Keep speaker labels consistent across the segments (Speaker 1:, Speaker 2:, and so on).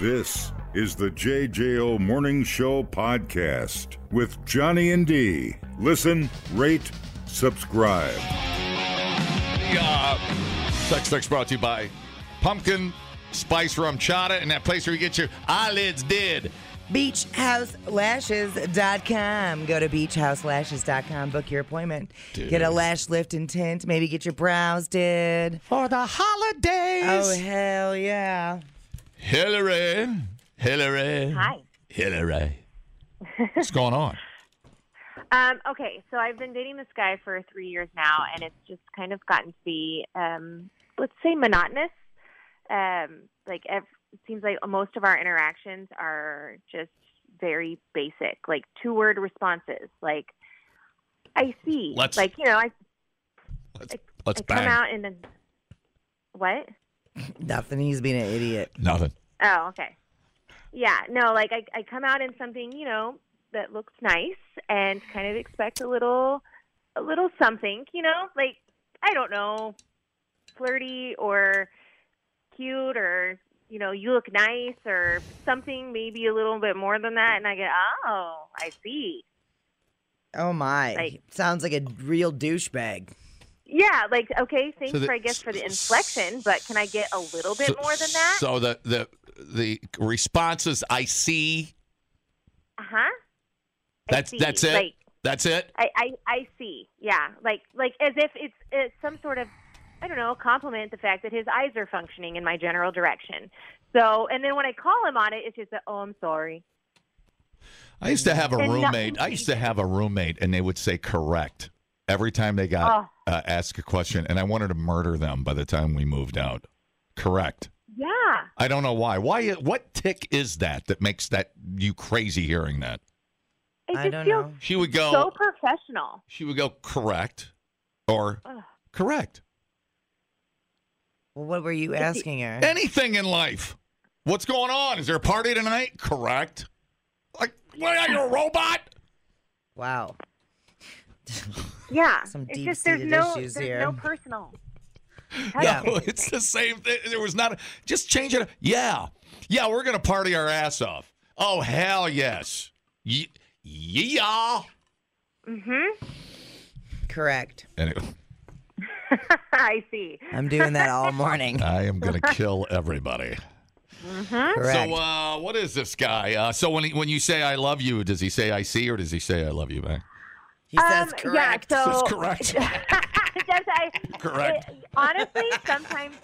Speaker 1: This is the JJO Morning Show podcast with Johnny and D. Listen, rate, subscribe.
Speaker 2: Uh, Sex Text brought to you by Pumpkin Spice Rum Chata and that place where you get your eyelids did.
Speaker 3: BeachHouseLashes.com. Go to BeachHouseLashes.com. Book your appointment. Get a lash lift and tint. Maybe get your brows did.
Speaker 2: For the
Speaker 3: Oh,
Speaker 2: holidays.
Speaker 3: hell yeah.
Speaker 2: Hillary. Hillary.
Speaker 4: Hi.
Speaker 2: Hillary. What's going on?
Speaker 4: Um, okay, so I've been dating this guy for three years now, and it's just kind of gotten to be, um, let's say, monotonous. Um, like, ev- it seems like most of our interactions are just very basic, like two word responses. Like, I see.
Speaker 2: Let's-
Speaker 4: like, you know, I,
Speaker 2: Let's, let's
Speaker 4: I come
Speaker 2: bang.
Speaker 4: out and then. What?
Speaker 3: Nothing. He's being an idiot.
Speaker 2: Nothing.
Speaker 4: Oh, okay. Yeah, no, like I, I come out in something, you know, that looks nice and kind of expect a little a little something, you know, like I don't know, flirty or cute or you know, you look nice or something maybe a little bit more than that and I get, "Oh, I see."
Speaker 3: Oh, my.
Speaker 4: Like-
Speaker 3: Sounds like a real douchebag.
Speaker 4: Yeah, like okay, thanks
Speaker 2: So the-
Speaker 4: for I guess for the inflection, but can I get a little bit more than that?
Speaker 2: So the, the, the response is I see.
Speaker 4: uh-huh. I
Speaker 2: That's,
Speaker 4: see.
Speaker 2: that's it.
Speaker 4: Like,
Speaker 2: that's it.
Speaker 4: I, I, I see. Yeah, like like as if it's, it's some sort of I don't know compliment the fact that his eyes are functioning in my general direction. So and then when I call him on it, it's just a, oh I'm sorry.
Speaker 2: I used to have a
Speaker 4: And nothing
Speaker 2: roommate. I used to have a roommate, and they would say correct every time they got
Speaker 4: Oh.
Speaker 2: uh, asked a question, and I wanted to murder them by the time we moved out. Correct.
Speaker 4: Yeah,
Speaker 2: I don't know why. Why? What tick is that that makes that you crazy hearing that?
Speaker 4: it
Speaker 3: I
Speaker 4: just
Speaker 3: don't
Speaker 4: feels
Speaker 3: know.
Speaker 2: She would go.
Speaker 4: so professional.
Speaker 2: she would go correct, or
Speaker 4: Ugh.
Speaker 2: correct
Speaker 3: Well, what were you asking her?
Speaker 2: anything in life. What's going on? Is there a party tonight? Correct. Like, what are you a robot?
Speaker 3: Wow.
Speaker 4: Yeah,
Speaker 3: Some
Speaker 4: it's just there's
Speaker 3: deep-seated
Speaker 4: no
Speaker 3: issues
Speaker 4: there's
Speaker 3: here.
Speaker 4: no personal.
Speaker 3: Yeah.
Speaker 2: No, it's the same thing. There was not. A, just change it. Yeah, yeah, we're gonna party our ass off. Oh hell yes. Ye- yeah.
Speaker 4: Mm-hmm.
Speaker 3: Correct.
Speaker 2: Anyway,
Speaker 4: I see.
Speaker 3: I'm doing that all morning.
Speaker 2: I am gonna kill everybody.
Speaker 3: Correct.
Speaker 2: So, uh, what is this guy? Uh, so when he, when you say I love you, does he say I see or does he say I love you back?
Speaker 3: he says
Speaker 4: um, yeah,
Speaker 3: correct.
Speaker 4: so-
Speaker 2: That's correct.
Speaker 4: Does I,
Speaker 2: Correct.
Speaker 4: it- honestly, sometimes,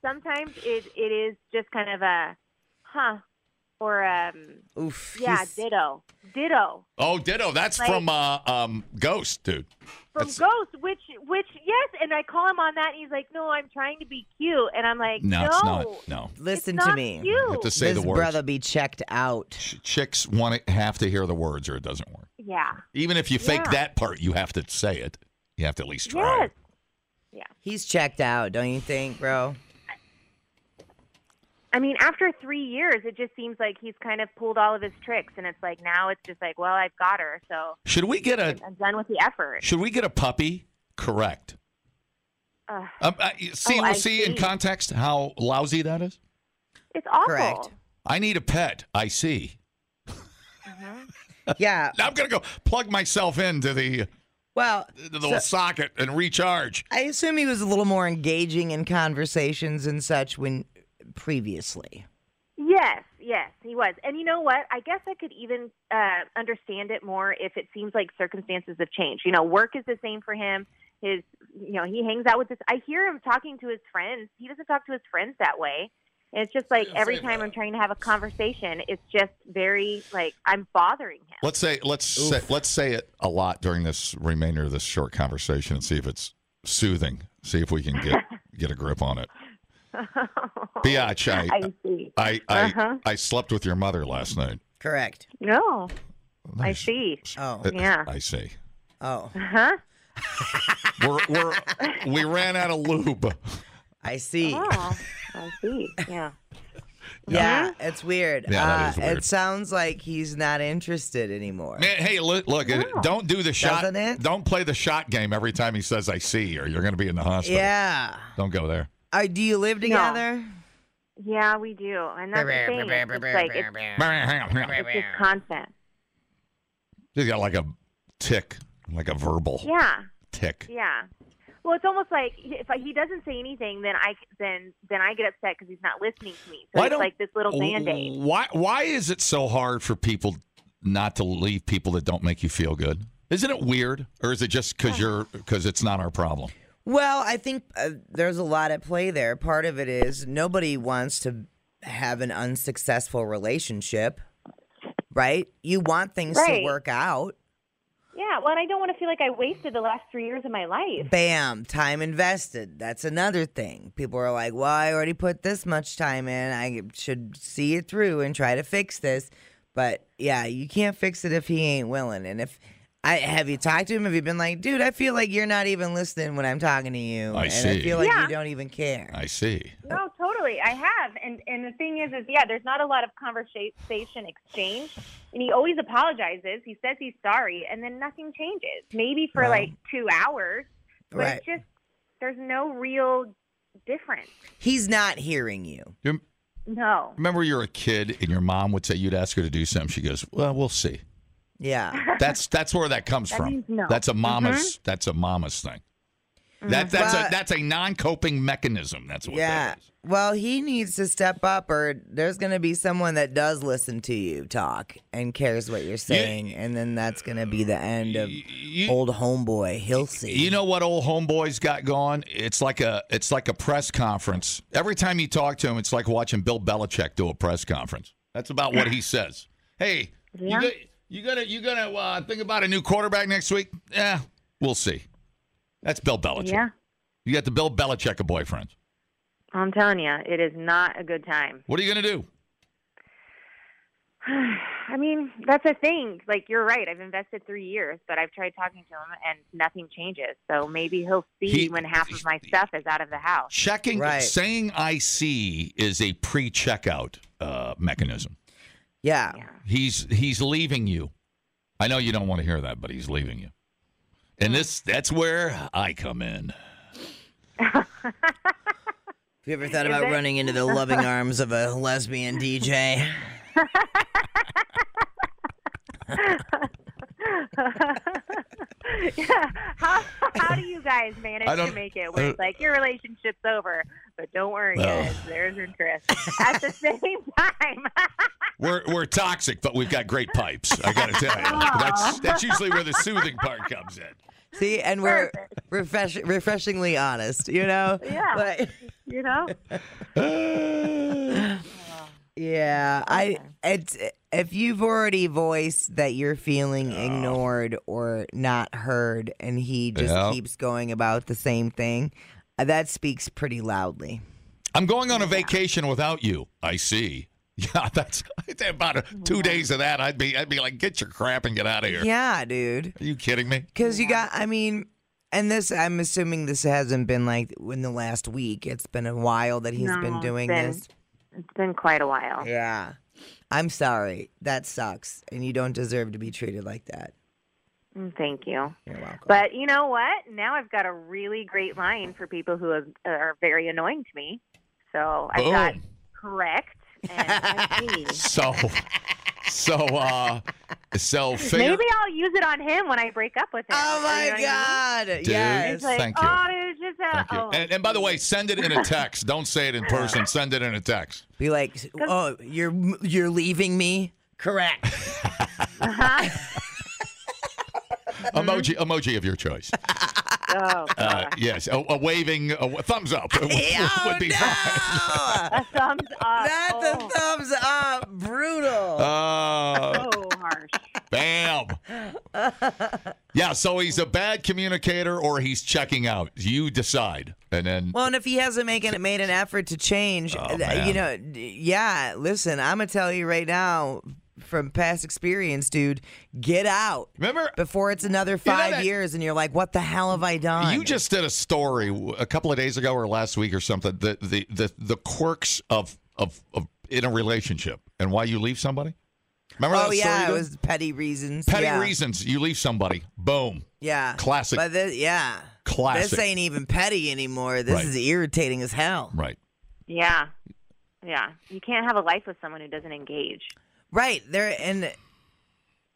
Speaker 4: sometimes it, it is just kind of a, huh, or um,
Speaker 3: Oof.
Speaker 4: yeah,
Speaker 3: he's-
Speaker 4: ditto, ditto
Speaker 2: Oh, ditto. That's
Speaker 4: Like-
Speaker 2: from uh, um, Ghost, dude.
Speaker 4: from
Speaker 2: That's-
Speaker 4: Ghost, which, which, yes, and I call him on that, and he's like, no, I'm trying to be cute, and I'm like,
Speaker 2: No,
Speaker 4: no,
Speaker 2: it's not. No,
Speaker 4: it's
Speaker 3: Listen to
Speaker 4: not
Speaker 3: me.
Speaker 2: you have
Speaker 4: Cute.
Speaker 2: to say
Speaker 3: this
Speaker 2: the words.
Speaker 3: brother be checked out.
Speaker 2: Ch- Chicks want to have to hear the words, or it doesn't work.
Speaker 4: yeah,
Speaker 2: Even if you fake
Speaker 4: Yeah.
Speaker 2: that part, you have to say it. You have to at least try.
Speaker 4: yes,
Speaker 2: it.
Speaker 3: He's checked out, don't you think, bro?
Speaker 4: I mean, after three years, it just seems like he's kind of pulled all of his tricks, and it's like now it's just like, well, I've got her, so
Speaker 2: Should we get a
Speaker 4: I'm done with the effort.
Speaker 2: Should we get a puppy? Correct.
Speaker 4: Ugh.
Speaker 2: Um, I, see,
Speaker 4: Oh,
Speaker 2: we'll
Speaker 4: I
Speaker 2: see, in
Speaker 4: see.
Speaker 2: context how lousy that is.
Speaker 4: It's awful.
Speaker 3: Correct.
Speaker 2: I need a pet. I see.
Speaker 3: Yeah.
Speaker 2: Now I'm gonna go plug myself into the
Speaker 3: Well,
Speaker 2: the little socket and recharge.
Speaker 3: I assume he was a little more engaging in conversations and such when previously.
Speaker 4: Yes, yes, he was. And you know what? I guess I could even uh, understand it more if it seems like circumstances have changed. You know, work is the same for him. His, you know, he hangs out with this. I hear him talking to his friends. He doesn't talk to his friends that way. And it's just like
Speaker 2: Yeah,
Speaker 4: every
Speaker 2: same
Speaker 4: time
Speaker 2: way.
Speaker 4: I'm trying to have a conversation, it's just very like I'm bothering him.
Speaker 2: Let's say let's say, let's say it a lot during this remainder of this short conversation and see if it's soothing. See if we can get get a grip on it. Biatch, I
Speaker 4: Oh, I see.
Speaker 2: I I,
Speaker 4: Uh-huh.
Speaker 2: I slept with your mother last night.
Speaker 3: Correct.
Speaker 4: No, I
Speaker 2: Nice.
Speaker 4: see. Uh-huh.
Speaker 3: Oh.
Speaker 2: Uh,
Speaker 4: Yeah.
Speaker 2: I see.
Speaker 3: Oh,
Speaker 4: Huh?
Speaker 2: We're, we're we ran out of lube.
Speaker 3: I see.
Speaker 4: Oh, I see. Yeah.
Speaker 3: Yeah, it's weird. Uh,
Speaker 2: Yeah, that is weird.
Speaker 3: It sounds like he's not interested anymore.
Speaker 2: Man, hey, look, look it- don't do the shot.
Speaker 3: Doesn't it?
Speaker 2: Don't play the shot game every time he says "I see," or you're going to be in the hospital.
Speaker 3: Yeah.
Speaker 2: Don't go there.
Speaker 3: Uh, do you live together?
Speaker 4: Yeah, we do, and that's the thing. It's just like it's, it's just constant.
Speaker 2: She's got like a tick, like a verbal
Speaker 4: Yeah,
Speaker 2: tick.
Speaker 4: yeah. Well, it's almost like if he doesn't say anything, then I then then I get upset because he's not listening to me. So
Speaker 2: Why
Speaker 4: it's
Speaker 2: don't- Oh.
Speaker 4: like this little band aid.
Speaker 2: Why why is it so hard for people not to leave people that don't make you feel good? Isn't it weird, or is it just because you're because it's not our problem?
Speaker 3: Well, I think uh, there's a lot at play there. Part of it is nobody wants to have an unsuccessful relationship, right? You want things
Speaker 4: Right.
Speaker 3: to work out.
Speaker 4: Yeah. Well, and I don't want to feel like I wasted the last three years of my life.
Speaker 3: Bam, time invested. That's another thing. People are like, well, I already put this much time in. I should see it through and try to fix this. But yeah, you can't fix it if he ain't willing. And if I have you talked to him, have you been like, dude, I feel like you're not even listening when I'm talking to
Speaker 2: I
Speaker 3: you. and I
Speaker 2: see.
Speaker 3: feel like
Speaker 4: Yeah.
Speaker 3: you don't even care.
Speaker 2: I see.
Speaker 4: No, totally. I have, and and the thing is, is yeah, there's not a lot of conversation exchange, and he always apologizes. He says he's sorry, and then nothing changes. Maybe for
Speaker 3: Wow.
Speaker 4: like two hours, but
Speaker 3: right.
Speaker 4: it's just there's no real difference.
Speaker 3: He's not hearing you.
Speaker 2: You
Speaker 4: No.
Speaker 2: remember, you're a kid, and your mom would say you'd ask her to do something. She goes, "Well, we'll see."
Speaker 3: Yeah.
Speaker 2: That's that's where that comes
Speaker 4: That
Speaker 2: from.
Speaker 4: means no. Mm-hmm.
Speaker 2: That's a mama's. That's a mama's thing. That, that's a
Speaker 3: But-
Speaker 2: that's a non-coping mechanism. That's what.
Speaker 3: yeah.
Speaker 2: That is.
Speaker 3: Well, he needs to step up, or there's going to be someone that does listen to you talk and cares what you're saying. And then that's going to be the end of
Speaker 2: You-
Speaker 3: old homeboy. He'll see.
Speaker 2: You know what old homeboy's got going? It's like a it's like a press conference. Every time you talk to him, it's like watching Bill Belichick do a press conference. That's about what he says. Hey, you,
Speaker 4: Yeah.
Speaker 2: go, you gonna you gonna uh, think about a new quarterback next week? Yeah, we'll see. That's Bill Belichick.
Speaker 4: Yeah,
Speaker 2: You got the Bill Belichick of boyfriends.
Speaker 4: I'm telling you, it is not a good time.
Speaker 2: What are you gonna do?
Speaker 4: I mean, that's a thing. Like you're right. I've invested three years, but I've tried talking to him, and nothing changes. So maybe he'll see
Speaker 2: He-
Speaker 4: when half of my stuff is out of the house.
Speaker 2: Checking,
Speaker 3: Right.
Speaker 2: saying I see is a pre-checkout uh, mechanism.
Speaker 3: yeah.
Speaker 2: He's he's leaving you. I know you don't want to hear that, but he's leaving you. And this that's where I come in.
Speaker 3: Have you ever thought about running into the loving arms of a lesbian DJ?
Speaker 4: yeah. How, how do you guys manage
Speaker 2: I don't-
Speaker 4: to make it where it's like your relationship's over, but don't worry,
Speaker 2: Well.
Speaker 4: guys, there's interest at the same time.
Speaker 2: We're we're toxic, but we've got great pipes. I got to tell you. That's that's usually where the soothing part comes in.
Speaker 3: See, and we're refresh- refreshingly honest, you know?
Speaker 4: Yeah.
Speaker 3: But-
Speaker 4: you know?
Speaker 3: Yeah, I it's if you've already voiced that you're feeling ignored or not heard, and he just
Speaker 2: Yeah.
Speaker 3: keeps going about the same thing, uh, that speaks pretty loudly.
Speaker 2: I'm going on a vacation without you. I see. Yeah, that's I'd say about a, 2 days of that. I'd be I'd be like get your crap and get out of here.
Speaker 3: Yeah, dude,
Speaker 2: Are you kidding me?
Speaker 3: because you got. I mean, and this I'm assuming this hasn't been like in the last week. It's been a while that he's
Speaker 4: No,
Speaker 3: been
Speaker 4: it's
Speaker 3: doing
Speaker 4: been-
Speaker 3: this.
Speaker 4: It's been quite a while.
Speaker 3: Yeah, I'm sorry. That sucks, and you don't deserve to be treated like that.
Speaker 4: Mm, Thank you.
Speaker 3: You're welcome.
Speaker 4: But you know what? Now I've got a really great line for people who have, are very annoying to me. So I've got
Speaker 2: Boom.
Speaker 4: correct and I see.
Speaker 2: So so uh so figure,
Speaker 4: Maybe I'll use it on him when I break up with him.
Speaker 3: Oh
Speaker 4: You know
Speaker 3: my
Speaker 4: what I mean?
Speaker 3: God!
Speaker 2: Dude.
Speaker 3: Yes.
Speaker 4: It's like,
Speaker 2: Thank you.
Speaker 4: Oh, it was just a,
Speaker 2: Thank you.
Speaker 4: Oh,
Speaker 2: And, and by the way, send it in a text. Don't say it in person. Send it in a text.
Speaker 3: Be like, oh, you're you're leaving me. Correct. Mm-hmm.
Speaker 2: Emoji, emoji of your choice.
Speaker 4: oh,
Speaker 2: Uh,
Speaker 4: God.
Speaker 2: yes, a, a waving, a, w- thumbs up would,
Speaker 3: oh
Speaker 2: would be
Speaker 3: no!
Speaker 2: fine.
Speaker 4: a thumbs up.
Speaker 3: Not
Speaker 4: oh,
Speaker 3: the thumbs up. Brutal.
Speaker 2: Uh, Oh,
Speaker 4: so harsh.
Speaker 2: bam! Yeah, so he's a bad communicator, or he's checking out. You decide, and then
Speaker 3: well, and if he hasn't making, made an effort to change, uh,
Speaker 2: Oh, man.
Speaker 3: you know, d- yeah. Listen, I'm gonna tell you right now from past experience, dude. Get out
Speaker 2: remember
Speaker 3: before it's another
Speaker 2: know
Speaker 3: five
Speaker 2: that-
Speaker 3: years, and you're like, what the hell have I done?
Speaker 2: You just did a story w- a couple of days ago or last week or something. The the the, the quirks of, of of in a relationship and why you leave somebody. Remember
Speaker 3: Oh
Speaker 2: that story?
Speaker 3: yeah,
Speaker 2: you
Speaker 3: it
Speaker 2: did?
Speaker 3: was petty reasons.
Speaker 2: petty
Speaker 3: yeah.
Speaker 2: reasons you leave somebody. Boom,
Speaker 3: Yeah.
Speaker 2: Classic.
Speaker 3: But this, yeah.
Speaker 2: Classic.
Speaker 3: This ain't even petty anymore. This
Speaker 2: Right.
Speaker 3: is irritating as hell.
Speaker 2: right?
Speaker 4: Yeah. Yeah. You can't have a life with someone who doesn't engage.
Speaker 3: Right. There and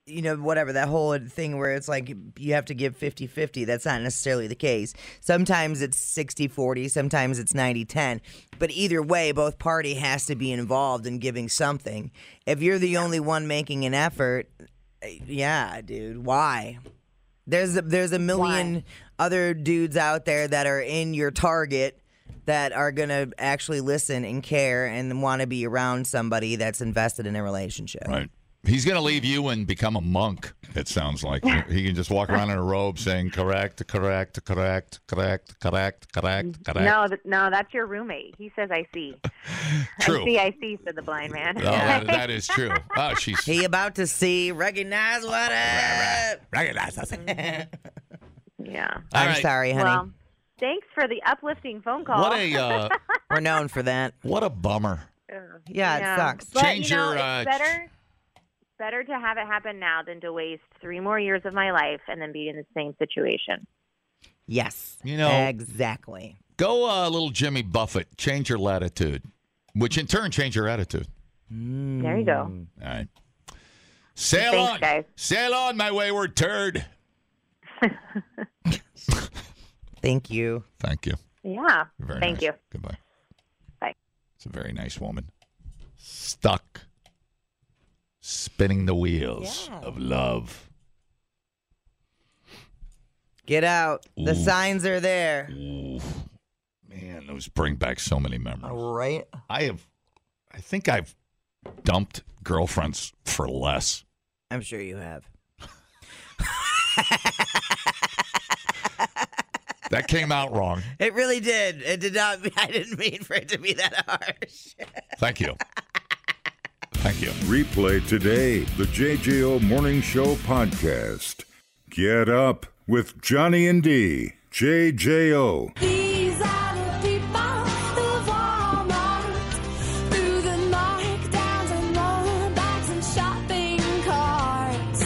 Speaker 3: you know whatever that whole thing where it's like you have to give 50-50 that's not necessarily the case sometimes it's 60-40 sometimes it's 90-10 but either way both party has to be involved in giving something if you're the only one making an effort eh, yeah dude why there's a, there's a million other dudes out there that are in your target that are going to actually listen and care and want to be around somebody that's invested in a relationship
Speaker 2: Right. He's going to leave you and become a monk, it sounds like. he can just walk around in a robe saying, correct, correct, correct, correct, correct, correct, correct.
Speaker 4: No, th- no, that's your roommate. He says, I see.
Speaker 2: True.
Speaker 4: I see, I see, said the blind man.
Speaker 2: Oh, that, that is true. Oh, she's.
Speaker 3: He about to see, recognize what up.
Speaker 2: Recognize us.
Speaker 4: yeah.
Speaker 2: All
Speaker 3: I'm
Speaker 2: right.
Speaker 3: sorry, honey.
Speaker 4: Well, thanks for the uplifting phone call.
Speaker 2: What a uh,
Speaker 3: We're known for that.
Speaker 2: what a bummer.
Speaker 4: Ugh.
Speaker 3: Yeah, it sucks.
Speaker 4: But,
Speaker 2: Change
Speaker 4: you know,
Speaker 2: your, uh,
Speaker 4: it's better, better to have it happen now than to waste three more years of my life and then be in the same situation.
Speaker 3: Yes.
Speaker 2: You know-
Speaker 3: exactly.
Speaker 2: Go uh, little Jimmy Buffett. Change your latitude, which in turn change your attitude.
Speaker 4: There you go.
Speaker 2: All right. Sail
Speaker 4: Thanks,
Speaker 2: on,
Speaker 4: guys.
Speaker 2: sail on, my wayward turd.
Speaker 3: Thank you.
Speaker 2: Thank you.
Speaker 4: Yeah.
Speaker 2: You're Very
Speaker 4: Thank
Speaker 2: nice.
Speaker 4: you.
Speaker 2: Goodbye.
Speaker 4: Bye.
Speaker 2: It's a very nice woman. Stuck. Spinning the wheels
Speaker 3: Yeah.
Speaker 2: of love.
Speaker 3: Get out. The
Speaker 2: Ooh.
Speaker 3: signs are there.
Speaker 2: Ooh, man, those bring back so many memories.
Speaker 3: All right.
Speaker 2: I have, I think I've dumped girlfriends for less.
Speaker 3: I'm sure you have.
Speaker 2: That came out wrong.
Speaker 3: It really did. It did not. I didn't mean for it to be that harsh.
Speaker 2: Thank you. Thank you.
Speaker 1: Replay today the JJO Morning Show podcast. Get up with Johnny and D. JJO.
Speaker 5: These are the people of Walmart. Through the markdowns and rollbacks and shopping carts.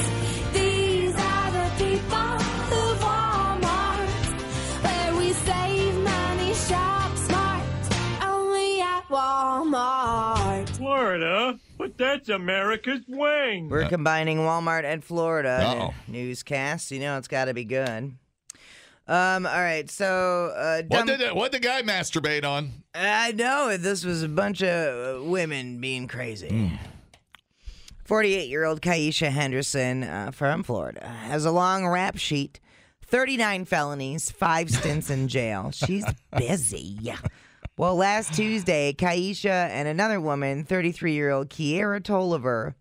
Speaker 5: These are the people of Walmart. Where we save money, shop smart. Only at Walmart.
Speaker 6: Florida, but that's America's wing.
Speaker 3: We're combining Walmart and Florida in a
Speaker 2: Uh-oh.
Speaker 3: newscast. You know it's got to be good. Um. All right. So, uh,
Speaker 2: What
Speaker 3: dumb-
Speaker 2: did the, what the guy masturbate on?
Speaker 3: I know this was a bunch of uh, women being
Speaker 2: Hmm.
Speaker 3: crazy. 48 year old Kaisha Henderson uh, from Florida has a long rap sheet, 39 felonies, five stints in jail. She's busy. Well, last Tuesday, Kaisha and another woman, 33 year old Kiera Tolliver,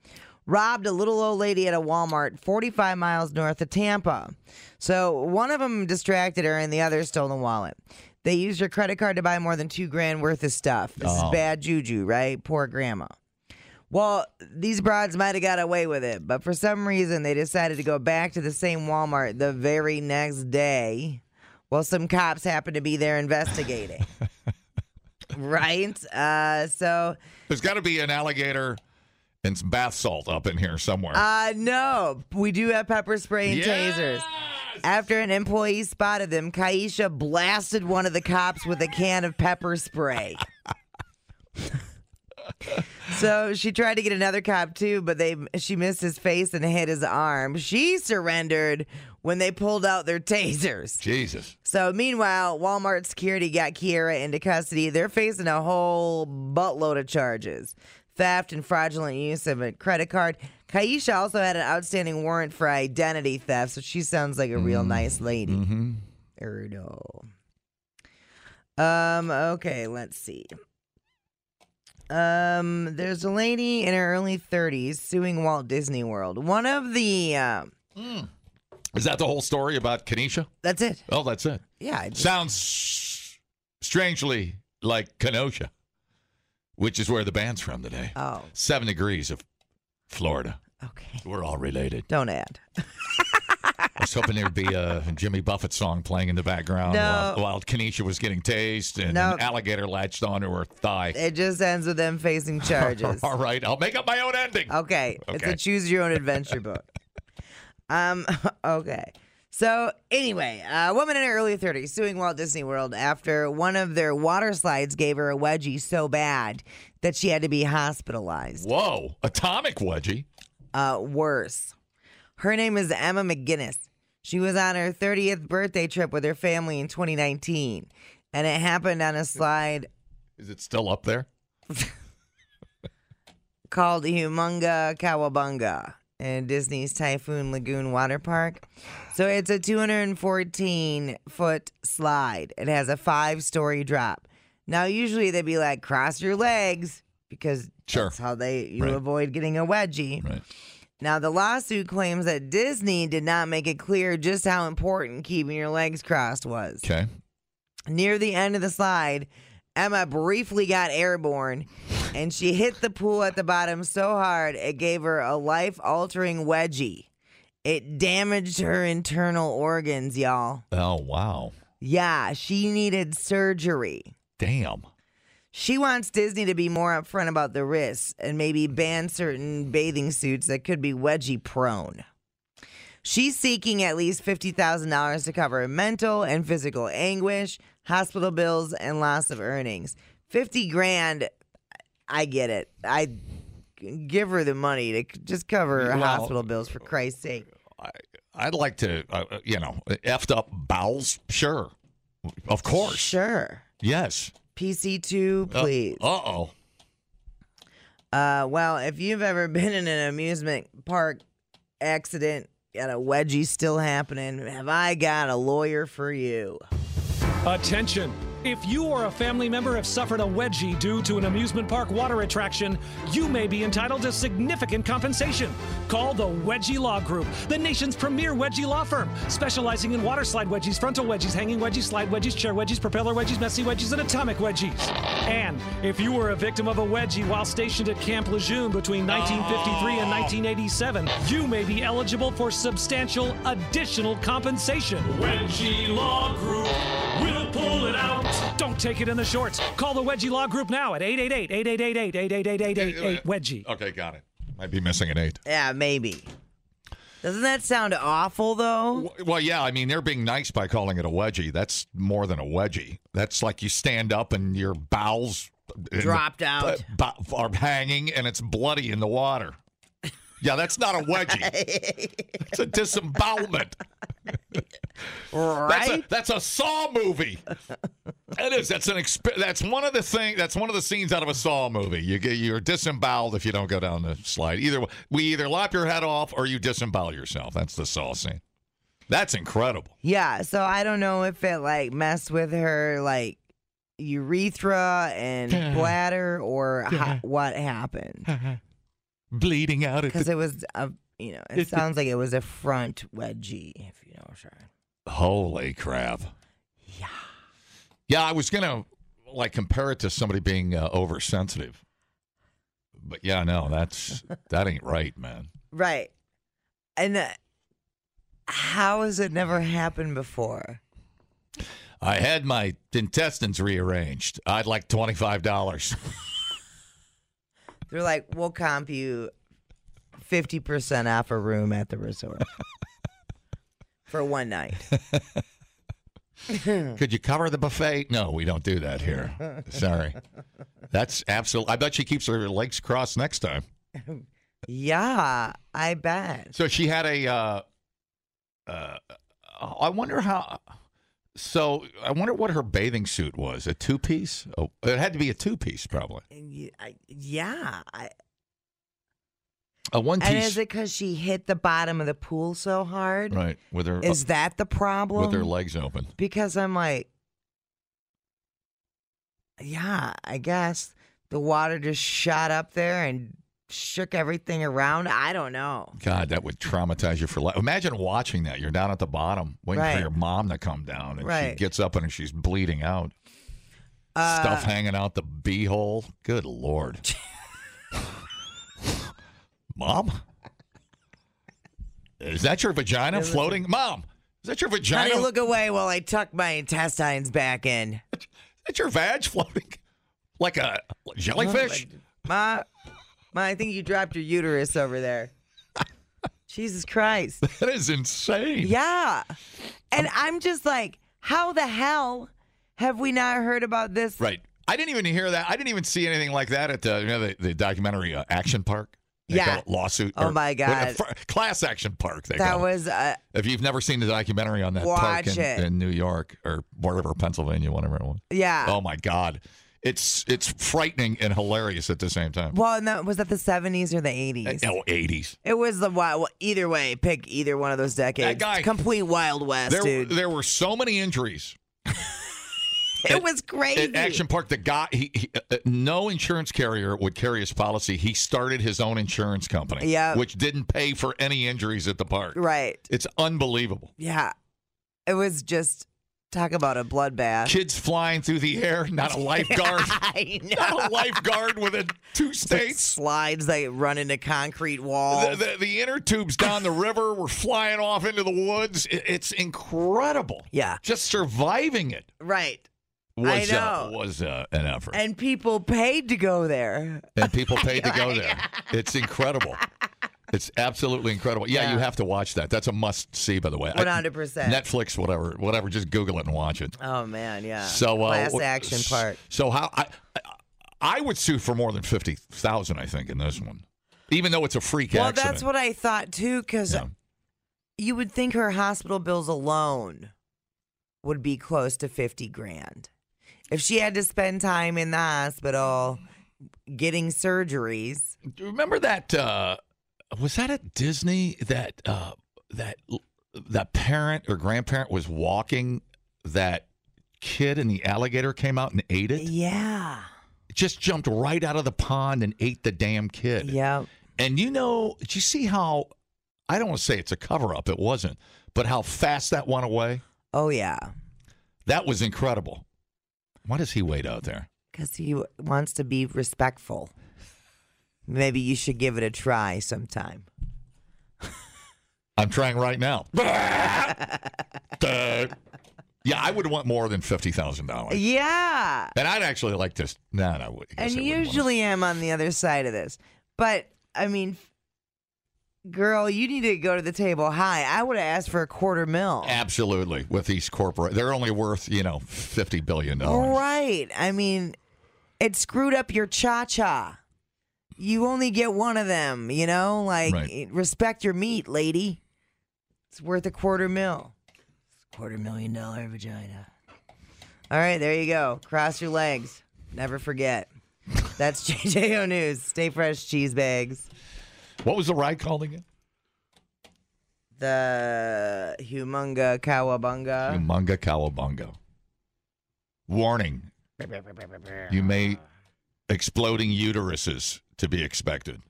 Speaker 3: robbed a little old lady at a Walmart 45 miles north of Tampa. So one of them distracted her and the other stole the wallet. They used her credit card to buy more than two grand worth of stuff. This
Speaker 2: Oh.
Speaker 3: is bad juju, right? Poor grandma. Well, these broads might have got away with it, but for some reason they decided to go back to the same Walmart the very next day. Well, some cops happened to be there investigating. right? Uh, so,
Speaker 2: There's got to be an alligator and some bath salt up in here somewhere.
Speaker 3: uh, no, we do have pepper spray and tasers. After an employee spotted them, Kaisha blasted one of the cops with a can of pepper spray. so she tried to get another cop too, but they she missed his face and hit his arm. She surrendered when they pulled out their tasers.
Speaker 2: Jesus.
Speaker 3: So meanwhile, Walmart security got Kiera into custody. They're facing a whole buttload of charges. Theft and fraudulent use of a credit card. Kaisha also had an outstanding warrant for identity theft, so she sounds like a real nice lady.
Speaker 2: Mm-hmm.
Speaker 3: Erdo. Um, okay, let's see. Um, there's a lady in her early 30s suing Walt Disney World. One of the uh,
Speaker 2: Is that the whole story about Kenesha?
Speaker 3: that's it.
Speaker 2: Oh, that's it.
Speaker 3: Yeah, I just-
Speaker 2: Sounds strangely like Kenosha, which is where the band's from today.
Speaker 3: Oh.
Speaker 2: Seven degrees of Florida.
Speaker 3: okay.
Speaker 2: We're all related.
Speaker 3: Don't add.
Speaker 2: I was hoping there'd be a Jimmy Buffett song playing in the background
Speaker 3: No.
Speaker 2: while, while Kenesha was getting tased and
Speaker 3: No.
Speaker 2: an alligator latched onto her thigh.
Speaker 3: It just ends with them facing charges.
Speaker 2: All right, I'll make up my
Speaker 3: Oh.
Speaker 2: own ending.
Speaker 3: Okay. It's
Speaker 2: Okay.
Speaker 3: a choose your own adventure book. Um okay. So, anyway, a woman in her early 30s suing Walt Disney World after one of their water slides gave her a wedgie so bad that she had to be hospitalized.
Speaker 2: Whoa, atomic wedgie.
Speaker 3: Uh, worse. Her name is Emma McGinnis. She was on her 30th birthday trip with her family in 2019, and it happened on a slide
Speaker 2: Is it still up there?
Speaker 3: called Humunga Kawabunga in Disney's Typhoon Lagoon Water Park. So it's a 214 foot slide. It has a five story drop. Now, usually they'd be like, cross your legs because
Speaker 2: Sure.
Speaker 3: that's how they you
Speaker 2: Right.
Speaker 3: avoid getting a wedgie.
Speaker 2: Right.
Speaker 3: Now, the lawsuit claims that Disney did not make it clear just how important keeping your legs crossed was.
Speaker 2: Okay.
Speaker 3: Near the end of the slide, Emma briefly got airborne and she hit the pool at the bottom so hard it gave her a life altering wedgie. It damaged her internal organs, y'all.
Speaker 2: Oh wow.
Speaker 3: Yeah, she needed surgery.
Speaker 2: Damn.
Speaker 3: She wants Disney to be more upfront about the risks and maybe ban certain bathing suits that could be wedgie prone. She's seeking at least $50,000 to cover mental and physical anguish, hospital bills, and loss of earnings. 50 grand, I get it. I give her the money to just cover her
Speaker 2: Well-
Speaker 3: hospital bills for Christ's sake.
Speaker 2: I'd like to, uh, uh, you know, effed up bowels. Sure. Of course.
Speaker 3: Sure.
Speaker 2: Yes.
Speaker 3: PC2, please.
Speaker 2: Uh oh.
Speaker 3: Uh, well, if you've ever been in an amusement park accident, got a wedgie still happening, have I got a lawyer for you?
Speaker 7: Attention! If you or a family member have suffered a wedgie due to an amusement park water attraction, you may be entitled to significant compensation. Call the Wedgie Law Group, the nation's premier wedgie law firm, specializing in water slide wedgies, frontal wedgies, hanging wedgies, slide wedgies, chair wedgies, propeller wedgies, messy wedgies, and atomic wedgies. And if you were a victim of a wedgie while stationed at Camp Lejeune between 1953 and 1987, you may be eligible for substantial additional compensation.
Speaker 6: Wedgie Law Group will pull it out.
Speaker 7: Don't take it in the shorts. Call the Wedgie Law Group now at 888-888-888-888 Wedgie.
Speaker 2: Okay, got it. Might be missing an eight.
Speaker 3: Yeah, maybe. Doesn't that sound awful though?
Speaker 2: W- Well, yeah. I mean, they're being nice by calling it a wedgie. That's more than a wedgie. That's like you stand up and your bowels in the-
Speaker 3: Dropped out.
Speaker 2: bo- are hanging and it's bloody in the water. Yeah, that's not a wedgie. it's a disembowelment. That's
Speaker 3: Right?
Speaker 2: a, that's a Saw movie. That is. That's an. Exp- that's one of the thing. That's one of the scenes out of a Saw movie. You get you're disemboweled if you don't go down the slide. Either way, we either lop your head off or you disembowel yourself. That's the Saw scene. That's incredible.
Speaker 3: yeah, so I don't know if it like messed with her like urethra and bladder or ho- what happened.
Speaker 2: Bleeding out at
Speaker 3: Because it was a you know, it sounds like it was a front wedgie, if you know what I'm saying.
Speaker 2: Holy crap. Yeah. Yeah, I was going to like compare it to somebody being uh, oversensitive. But yeah, no, that's that ain't right, man.
Speaker 3: Right. And uh, how has it never happened before?
Speaker 2: I had my intestines rearranged. I'd like $25.
Speaker 3: They're like, we'll comp you 50% off a room at the resort for one night.
Speaker 2: Could you cover the buffet? No, we don't do that here. Sorry. That's absolute. I bet she keeps her legs crossed next time.
Speaker 3: Yeah, I bet.
Speaker 2: So she had a. Uh, uh, I wonder how. So I wonder what her bathing suit was. A two piece? Oh, it had to be a two piece, probably.
Speaker 3: And you- I- Yeah. I,
Speaker 2: A one
Speaker 3: and is
Speaker 2: piece.
Speaker 3: it because she hit the bottom of the pool so hard?
Speaker 2: Right, with her
Speaker 3: Is that the problem?
Speaker 2: with her legs open.
Speaker 3: because I'm like, yeah, I guess the water just shot up there and shook everything around. I don't know.
Speaker 2: God, that would traumatize you for life. Imagine watching that. You're down at the bottom, waiting
Speaker 3: Right.
Speaker 2: for your mom to come down, and she
Speaker 3: Right.
Speaker 2: gets up and she's bleeding out.
Speaker 3: Uh,
Speaker 2: Stuff hanging out the beehole. Good lord, mom, is that your vagina floating? Mom, is that your vagina?
Speaker 3: Honey, look away while I tuck my intestines back in.
Speaker 2: Is that your vag floating like a jellyfish?
Speaker 3: Ma, ma, I think you dropped your uterus over there. Jesus Christ.
Speaker 2: That is insane.
Speaker 3: Yeah. And I'm just like, how the hell have we not heard about this?
Speaker 2: Right. I didn't even hear that. I didn't even see anything like that at the you know the, the documentary uh, Action Park. They
Speaker 3: Yeah.
Speaker 2: call it lawsuit.
Speaker 3: Oh,
Speaker 2: or-
Speaker 3: my God.
Speaker 2: fr- class Action Park. They
Speaker 3: That
Speaker 2: call it.
Speaker 3: was uh,
Speaker 2: If you've never seen the documentary on that park
Speaker 3: Watch
Speaker 2: in,
Speaker 3: it.
Speaker 2: in New York or wherever Pennsylvania, whatever it was.
Speaker 3: yeah.
Speaker 2: Oh my God, it's it's frightening and hilarious at the same time.
Speaker 3: Well, and that was that the 70s or the 80s?
Speaker 2: Oh, 80s.
Speaker 3: It was the wild. Either way, pick either one of those decades.
Speaker 2: guy-
Speaker 3: complete Wild West,
Speaker 2: There,
Speaker 3: dude.
Speaker 2: there were so many injuries
Speaker 3: it was crazy.
Speaker 2: at Action Park. The guy, he, he, uh, uh, no insurance carrier would carry his policy. He started his own insurance company,
Speaker 3: Yeah.
Speaker 2: which didn't pay for any injuries at the park.
Speaker 3: Right.
Speaker 2: It's unbelievable.
Speaker 3: Yeah. It was just talk about a bloodbath.
Speaker 2: Kids flying through the air, not a lifeguard,
Speaker 3: I know.
Speaker 2: not a lifeguard within two states.
Speaker 3: Slides they run into concrete
Speaker 2: The,
Speaker 3: walls.
Speaker 2: the, the inner tubes down the river were flying off into the woods. I- It's incredible.
Speaker 3: Yeah.
Speaker 2: Just surviving it
Speaker 3: right.
Speaker 2: was,
Speaker 3: I
Speaker 2: uh,
Speaker 3: know.
Speaker 2: was uh, an effort.
Speaker 3: And people paid to go there.
Speaker 2: and people paid to go there. It's incredible. It's absolutely incredible. Yeah, you have to watch that. That's a must see, by the way. I-
Speaker 3: 100%.
Speaker 2: Netflix, whatever, whatever. Just Google it and watch it.
Speaker 3: Oh man, yeah.
Speaker 2: So uh,
Speaker 3: class
Speaker 2: w-
Speaker 3: action
Speaker 2: s-
Speaker 3: part.
Speaker 2: So how I I- I would sue for more than fifty thousand, I think, in this one, even though it's a freak
Speaker 3: Well,
Speaker 2: accident.
Speaker 3: that's what I thought too, because
Speaker 2: Yeah.
Speaker 3: you would think her hospital bills alone would be close to 50 grand. If she had to spend time in the hospital getting surgeries,
Speaker 2: Do you Remember that? Uh, was that at Disney that uh, that that parent or grandparent was walking that kid and the alligator came out and ate it?
Speaker 3: yeah.
Speaker 2: It Just jumped right out of the pond and ate the damn kid.
Speaker 3: Yep.
Speaker 2: And you know, did you see how? I don't want to say it's a cover up. It wasn't, but how fast that went away.
Speaker 3: Oh, yeah.
Speaker 2: That was incredible. Why does he wait out there?
Speaker 3: Because he w- wants to be respectful. Maybe you should give it a try sometime.
Speaker 2: I'm trying right now. Duh. yeah, I would want more than fifty thousand dollars,
Speaker 3: Yeah.
Speaker 2: and I'd actually like to. No, no, I would- I guess
Speaker 3: And
Speaker 2: I wouldn't want to-
Speaker 3: usually am on the other side of this. But, I mean, girl, you need to go to the table high. I would have asked for a quarter mil.
Speaker 2: absolutely with these corporate, they're only worth you know fifty billion dollars.
Speaker 3: Right. I mean, it screwed up your cha cha. You only get one of them, you know? Like,
Speaker 2: Right.
Speaker 3: eh, respect your meat, lady. It's worth a quarter mil. Quarter million dollar vagina. All right, there you go. Cross your legs. Never forget. That's JJO News. Stay fresh, cheese bags.
Speaker 2: What was the ride called again?
Speaker 3: The humunga cowabunga.
Speaker 2: Umunga Cowabunga. Warning: You may exploding uteruses to be expected.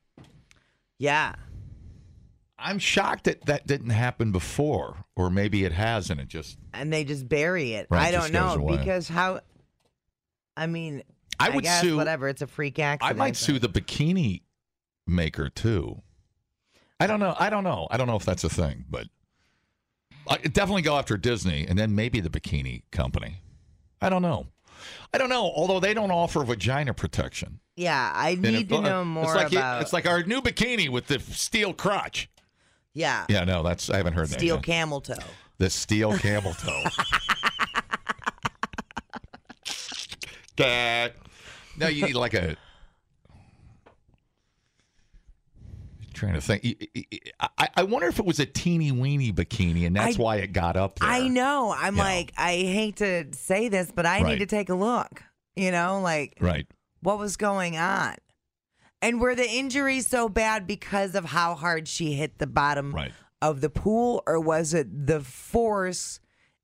Speaker 3: yeah.
Speaker 2: I'm shocked that that didn't happen before, or maybe it has, and it just.
Speaker 3: and they just bury it.
Speaker 2: Right,
Speaker 3: I
Speaker 2: it just
Speaker 3: don't
Speaker 2: goes
Speaker 3: know
Speaker 2: away.
Speaker 3: because how. I mean,
Speaker 2: I would
Speaker 3: guess,
Speaker 2: sue.
Speaker 3: whatever. It's a freak
Speaker 2: I
Speaker 3: accident.
Speaker 2: might sue the bikini maker too. I don't know. I don't know. I don't know if that's a thing, but I could definitely go after Disney and then maybe the bikini company. I don't know. I don't know. Although they don't offer vagina protection.
Speaker 3: Yeah, I
Speaker 2: And
Speaker 3: need
Speaker 2: it-
Speaker 3: to know more
Speaker 2: it's like it-
Speaker 3: about.
Speaker 2: it's like our new bikini with the steel crotch.
Speaker 3: yeah,
Speaker 2: Yeah, no, that's I haven't heard that.
Speaker 3: steel
Speaker 2: yet.
Speaker 3: camel toe.
Speaker 2: The steel camel toe. that. No, you need like a. Trying to think. You- you- you- I, I wonder if it was a teeny weeny bikini, and that's
Speaker 3: I-
Speaker 2: why it got up there.
Speaker 3: I know. I'm
Speaker 2: Yeah.
Speaker 3: like, I hate to say this, but I
Speaker 2: Right.
Speaker 3: need to take a look. You know, like
Speaker 2: Right.
Speaker 3: what was going on, and were the injuries so bad because of how hard she hit the bottom
Speaker 2: Right.
Speaker 3: of the pool, or was it the force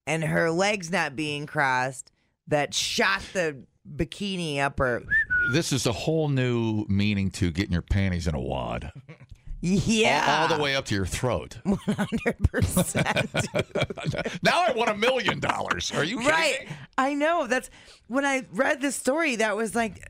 Speaker 3: and her legs not being crossed that shot the bikini up her?
Speaker 2: This is a whole new meaning to getting your panties in a wad,
Speaker 3: Yeah,
Speaker 2: all the way up to your throat.
Speaker 3: hundred percent.
Speaker 2: now I want a million dollars. Are you kidding
Speaker 3: Right,
Speaker 2: me?
Speaker 3: I know. That's when I read the story. That was like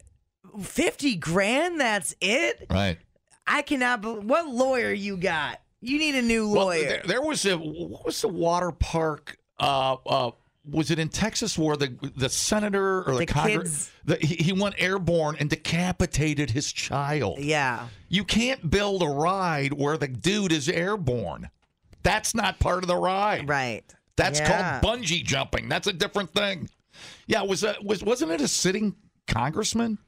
Speaker 3: fifty grand. That's it.
Speaker 2: Right.
Speaker 3: I cannot. believe what lawyer you got? You need a new lawyer.
Speaker 2: Well, there, there was a what was the water park uh, uh, was it in Texas where the the senator or the,
Speaker 3: The
Speaker 2: Congress
Speaker 3: kids-
Speaker 2: the, he, he went airborne and decapitated his child?
Speaker 3: Yeah.
Speaker 2: You can't build a ride where the dude is airborne. That's not part of the ride.
Speaker 3: Right.
Speaker 2: That's
Speaker 3: Yeah.
Speaker 2: called bungee jumping. That's a different thing. Yeah, was a, was wasn't it a sitting congressman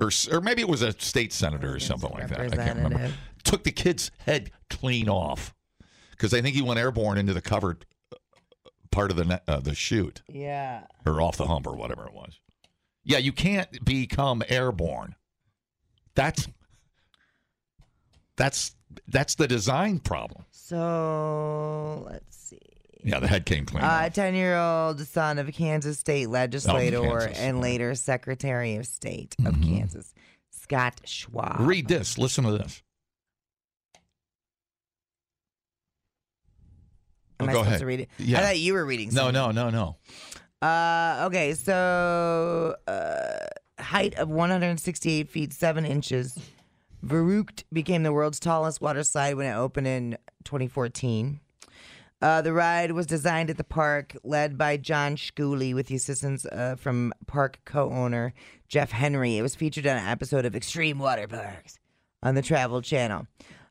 Speaker 2: or s- or maybe it was a state senator or something like that. I can't remember.
Speaker 3: Representative.
Speaker 2: Took the kid's head clean off because I think he went airborne into the covered uh, part of the ne- uh, the chute
Speaker 3: Yeah.
Speaker 2: or off the hump or whatever it was. Yeah, you can't become airborne. That's that's that's the design problem.
Speaker 3: So let's see.
Speaker 2: Yeah, the head came clean.
Speaker 3: A
Speaker 2: off.
Speaker 3: 10 year old son of a Kansas state legislator
Speaker 2: Oh, Kansas, Mm-hmm.
Speaker 3: and later Secretary of State of Kansas, Scott Schwab.
Speaker 2: Read this. Listen to this.
Speaker 3: Am
Speaker 2: Oh,
Speaker 3: I
Speaker 2: go
Speaker 3: supposed
Speaker 2: ahead.
Speaker 3: to read it?
Speaker 2: Yeah.
Speaker 3: I thought you were reading
Speaker 2: No,
Speaker 3: something.
Speaker 2: no, no, no.
Speaker 3: Uh, okay, so uh, height of 168 feet 7 inches. Verucht became the world's tallest water slide when it opened in 2014. Uh, the ride was designed at the park, led by John Schooley, with the assistance uh, from park co owner Jeff Henry. It was featured on an episode of Extreme Water Parks on the Travel Channel.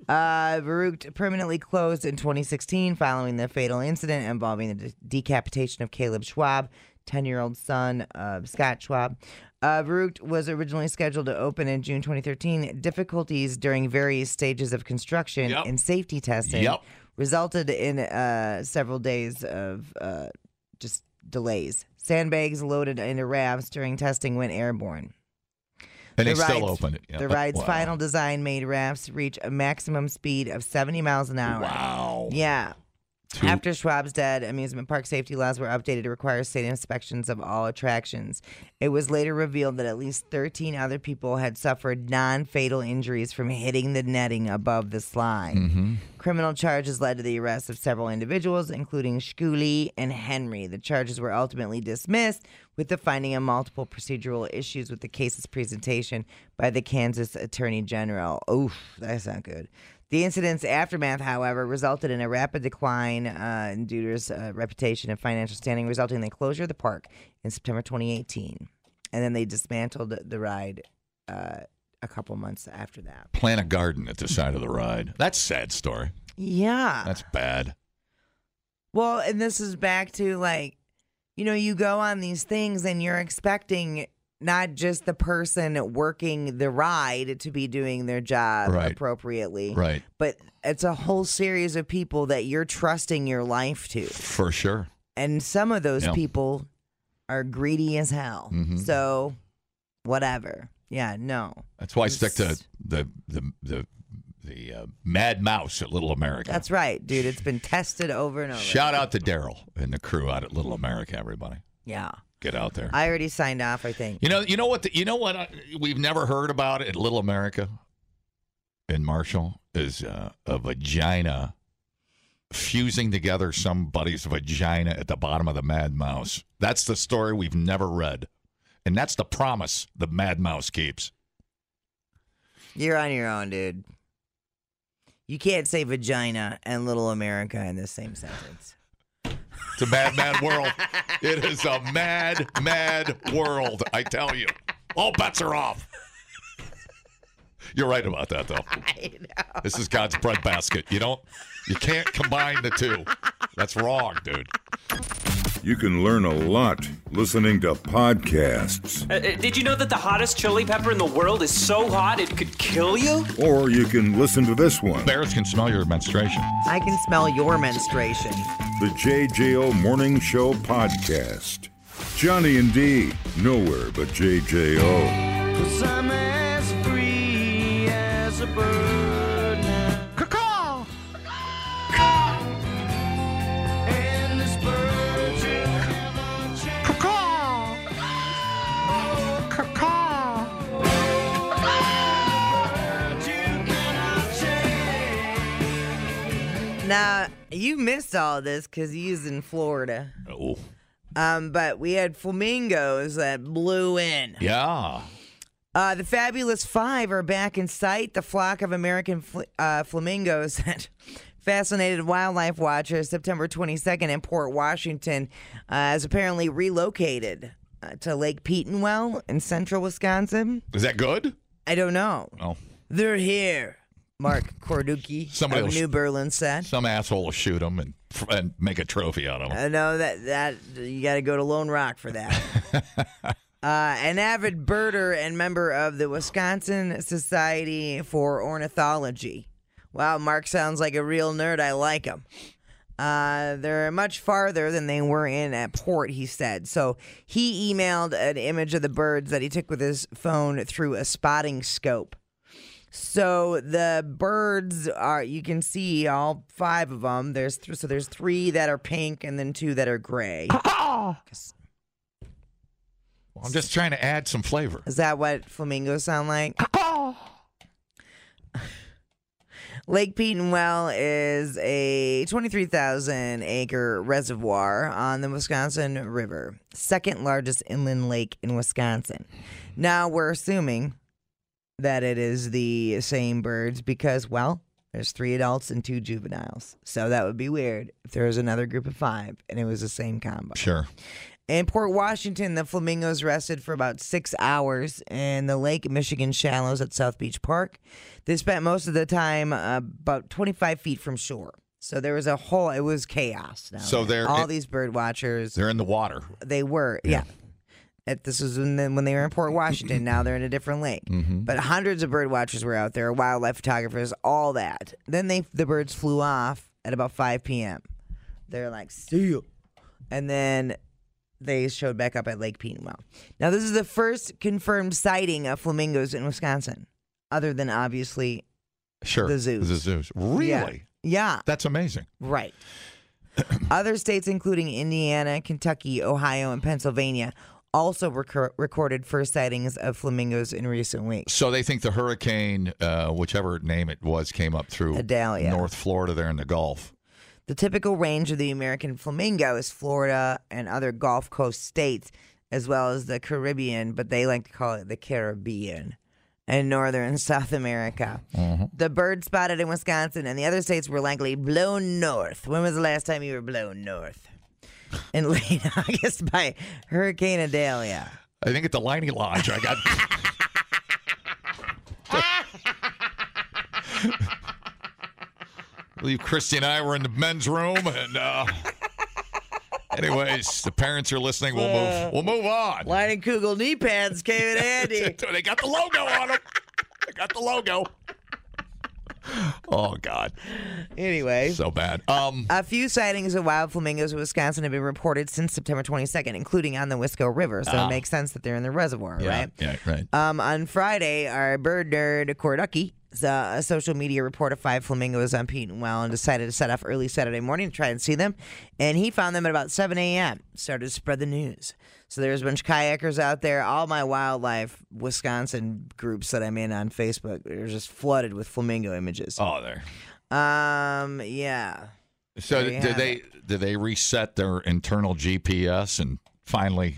Speaker 3: Uh, Verucht permanently closed in 2016 following the fatal incident involving the de- decapitation of Caleb Schwab, 10 year old son of Scott Schwab. Uh, Verucht was originally scheduled to open in June 2013. Difficulties during various stages of construction
Speaker 2: Yep.
Speaker 3: and safety testing
Speaker 2: Yep.
Speaker 3: resulted in uh, several days of uh, just delays. Sandbags loaded into ramps during testing went airborne.
Speaker 2: And they
Speaker 3: The
Speaker 2: still
Speaker 3: ride's-
Speaker 2: opened it. Yeah.
Speaker 3: The ride's
Speaker 2: Wow.
Speaker 3: final design made rafts reach a maximum speed of 70 miles an hour.
Speaker 2: Wow.
Speaker 3: Yeah.
Speaker 2: Two-
Speaker 3: After Schwab's dead, amusement park safety laws were updated to require state inspections of all attractions. It was later revealed that at least 13 other people had suffered non fatal injuries from hitting the netting above the slide.
Speaker 2: Mm-hmm.
Speaker 3: Criminal charges led to the arrest of several individuals, including Schooley and Henry. The charges were ultimately dismissed with the finding of multiple procedural issues with the case's presentation by the Kansas Attorney General. Oof, that's not good. The incident's aftermath, however, resulted in a rapid decline uh, in Deuter's uh, reputation and financial standing, resulting in the closure of the park in September 2018. And then they dismantled the ride uh, a couple months after that.
Speaker 2: Plant a garden at the side of the ride. That's a sad story.
Speaker 3: Yeah.
Speaker 2: That's bad.
Speaker 3: Well, and this is back to like, you know, you go on these things and you're expecting not just the person working the ride to be doing their job
Speaker 2: Right.
Speaker 3: appropriately,
Speaker 2: Right.
Speaker 3: but it's a whole series of people that you're trusting your life to.
Speaker 2: For sure.
Speaker 3: And some of those
Speaker 2: Yeah. Mm-hmm.
Speaker 3: people are greedy as hell. So, whatever. Yeah, no.
Speaker 2: That's why I stick to
Speaker 3: It's-
Speaker 2: the the the the uh, Mad Mouse at Little America.
Speaker 3: That's right, dude. It's been tested over and over.
Speaker 2: Shout out to Daryl and the crew out at Little America. Everybody,
Speaker 3: yeah.
Speaker 2: get out there.
Speaker 3: I already signed off, I think.
Speaker 2: you know, you know what? The, you know what? I, we've never heard about at Little America in Marshall is uh, a vagina fusing together somebody's vagina at the bottom of the Mad Mouse. That's the story we've never read, and that's the promise the Mad Mouse keeps.
Speaker 3: You're on your own, dude. You can't say vagina and little America in the same sentence.
Speaker 2: It's a mad, mad world. It is a mad, mad world. I tell you, all bets are off. You're right about that, though.
Speaker 3: I know.
Speaker 2: This is God's breadbasket. You don't, you can't combine the two. That's wrong, dude.
Speaker 1: You can learn a lot listening to podcasts,
Speaker 8: Uh, uh, did you know that the hottest chili pepper in the world is so hot it could kill you?
Speaker 1: or you can listen to this one.
Speaker 2: Bears can smell your menstruation.
Speaker 3: I can smell your menstruation.
Speaker 1: The JJO Morning Show Podcast. Johnny and D, nowhere but JJO.
Speaker 3: Now, you missed all this because you was in Florida.
Speaker 2: Oh,
Speaker 3: Um, but we had flamingos that blew in.
Speaker 2: yeah.
Speaker 3: Uh, the Fabulous Five are back in sight. The flock of American fl- uh, flamingos that fascinated wildlife watcher September 22nd in Port Washington uh, is apparently relocated uh, to Lake Petenwell in central Wisconsin.
Speaker 2: Is that good?
Speaker 3: I don't know.
Speaker 2: Oh,
Speaker 3: They're here. Mark Corducci
Speaker 2: Somebody
Speaker 3: of
Speaker 2: else-
Speaker 3: New Berlin said.
Speaker 2: some asshole will shoot him and and make a trophy out of him.
Speaker 3: I know Uh, that that you got to go to Lone Rock for that. uh, an avid birder and member of the Wisconsin Society for Ornithology. Wow, Mark sounds like a real nerd. I like him. Uh, they're much farther than they were in at port, he said. So he emailed an image of the birds that he took with his phone through a spotting scope. So the birds are you can see all five of them. There's th- so there's three that are pink and then two that are gray.
Speaker 2: I'm just trying to add some flavor.
Speaker 3: Is that what flamingos sound like? Lake Petenwell is a 23,000 acre reservoir on the Wisconsin River, second largest inland lake in Wisconsin. Now we're assuming that it is the same birds because, well, there's three adults and two juveniles. So that would be weird if there was another group of five and it was the same combo.
Speaker 2: Sure.
Speaker 3: In Port Washington, the flamingos rested for about six hours in the Lake Michigan shallows at South Beach Park. They spent most of the time uh, about 25 feet from shore. So there was a whole, it was chaos. Now.
Speaker 2: So they're-
Speaker 3: all
Speaker 2: it-
Speaker 3: these bird watchers,
Speaker 2: They're in the water.
Speaker 3: they were, yeah. At, this was when, they- when they were in Port Washington. now they're in a different lake. But hundreds of bird watchers were out there, wildlife photographers, all that. Then they the birds flew off at about 5 p.m. They're like, see you. And then they showed back up at Lake Petenwell. Now, this is the first confirmed sighting of flamingos in Wisconsin, other than obviously.
Speaker 2: Sure.
Speaker 3: The zoos.
Speaker 2: The zoos. Really?
Speaker 3: Yeah. yeah.
Speaker 2: That's amazing.
Speaker 3: Right. Other states, including Indiana, Kentucky, Ohio, and Pennsylvania, also recor- recorded first sightings of flamingos in recent weeks.
Speaker 2: So they think the hurricane, uh, whichever name it was, came up through
Speaker 3: Idalia.
Speaker 2: North Florida there in the Gulf.
Speaker 3: The typical range of the American flamingo is Florida and other Gulf Coast states, as well as the Caribbean, but they like to call it the Caribbean. And northern South America. The bird spotted in Wisconsin and the other states were likely blown north. When was the last time you were blown north? In late August by Hurricane Idalia.
Speaker 2: I think at the Liney Lodge, I got. I believe Christy and I were in the men's room, and uh, anyways, the parents are listening. We'll move. We'll move on.
Speaker 3: Line and Kugel knee pads came in handy.
Speaker 2: they got the logo on them. They got the logo. Oh God,
Speaker 3: anyway,
Speaker 2: so bad. Um,
Speaker 3: a few sightings of wild flamingos in Wisconsin have been reported since September 22nd, including on the Wisco River. So it makes sense that they're in the reservoir,
Speaker 2: Ah. yeah,
Speaker 3: right?
Speaker 2: Yeah, right.
Speaker 3: Um, on Friday, our bird nerd Korducky saw uh, a social media report of five flamingos on Pete and Well and decided to set off early Saturday morning to try and see them. And he found them at about 7 a.m. Started to spread the news. So there's a bunch of kayakers out there. All my wildlife Wisconsin groups that I'm in on Facebook, they're just flooded with flamingo images.
Speaker 2: Oh, there.
Speaker 3: Um, yeah.
Speaker 2: So
Speaker 3: There you
Speaker 2: did
Speaker 3: have
Speaker 2: they did they reset their internal GPS and finally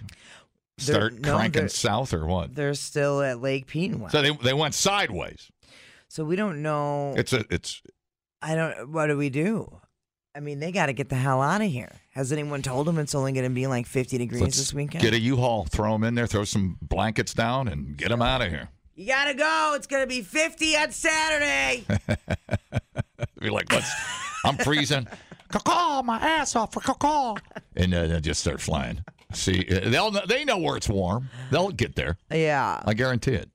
Speaker 3: They're-
Speaker 2: start
Speaker 3: no,
Speaker 2: cranking
Speaker 3: they're-
Speaker 2: south or what?
Speaker 3: They're still at Lake Peenwell.
Speaker 2: So
Speaker 3: So,
Speaker 2: they they went sideways.
Speaker 3: we don't know.
Speaker 2: It's a it's
Speaker 3: I don't. What do we do? I mean, they got to get the hell out of here. Has anyone told them it's only going to be like 50 degrees
Speaker 2: let's
Speaker 3: this weekend?
Speaker 2: get a U-Haul, throw them in there, throw some blankets down, and get them out of here.
Speaker 3: You got to go. It's going to be 50 on Saturday.
Speaker 2: Be like, let's. I'm freezing. Caw my ass off for caw, and uh, they just start flying. See, uh, they'll kn- they know where it's warm. They'll get there.
Speaker 3: yeah.
Speaker 2: I guarantee it.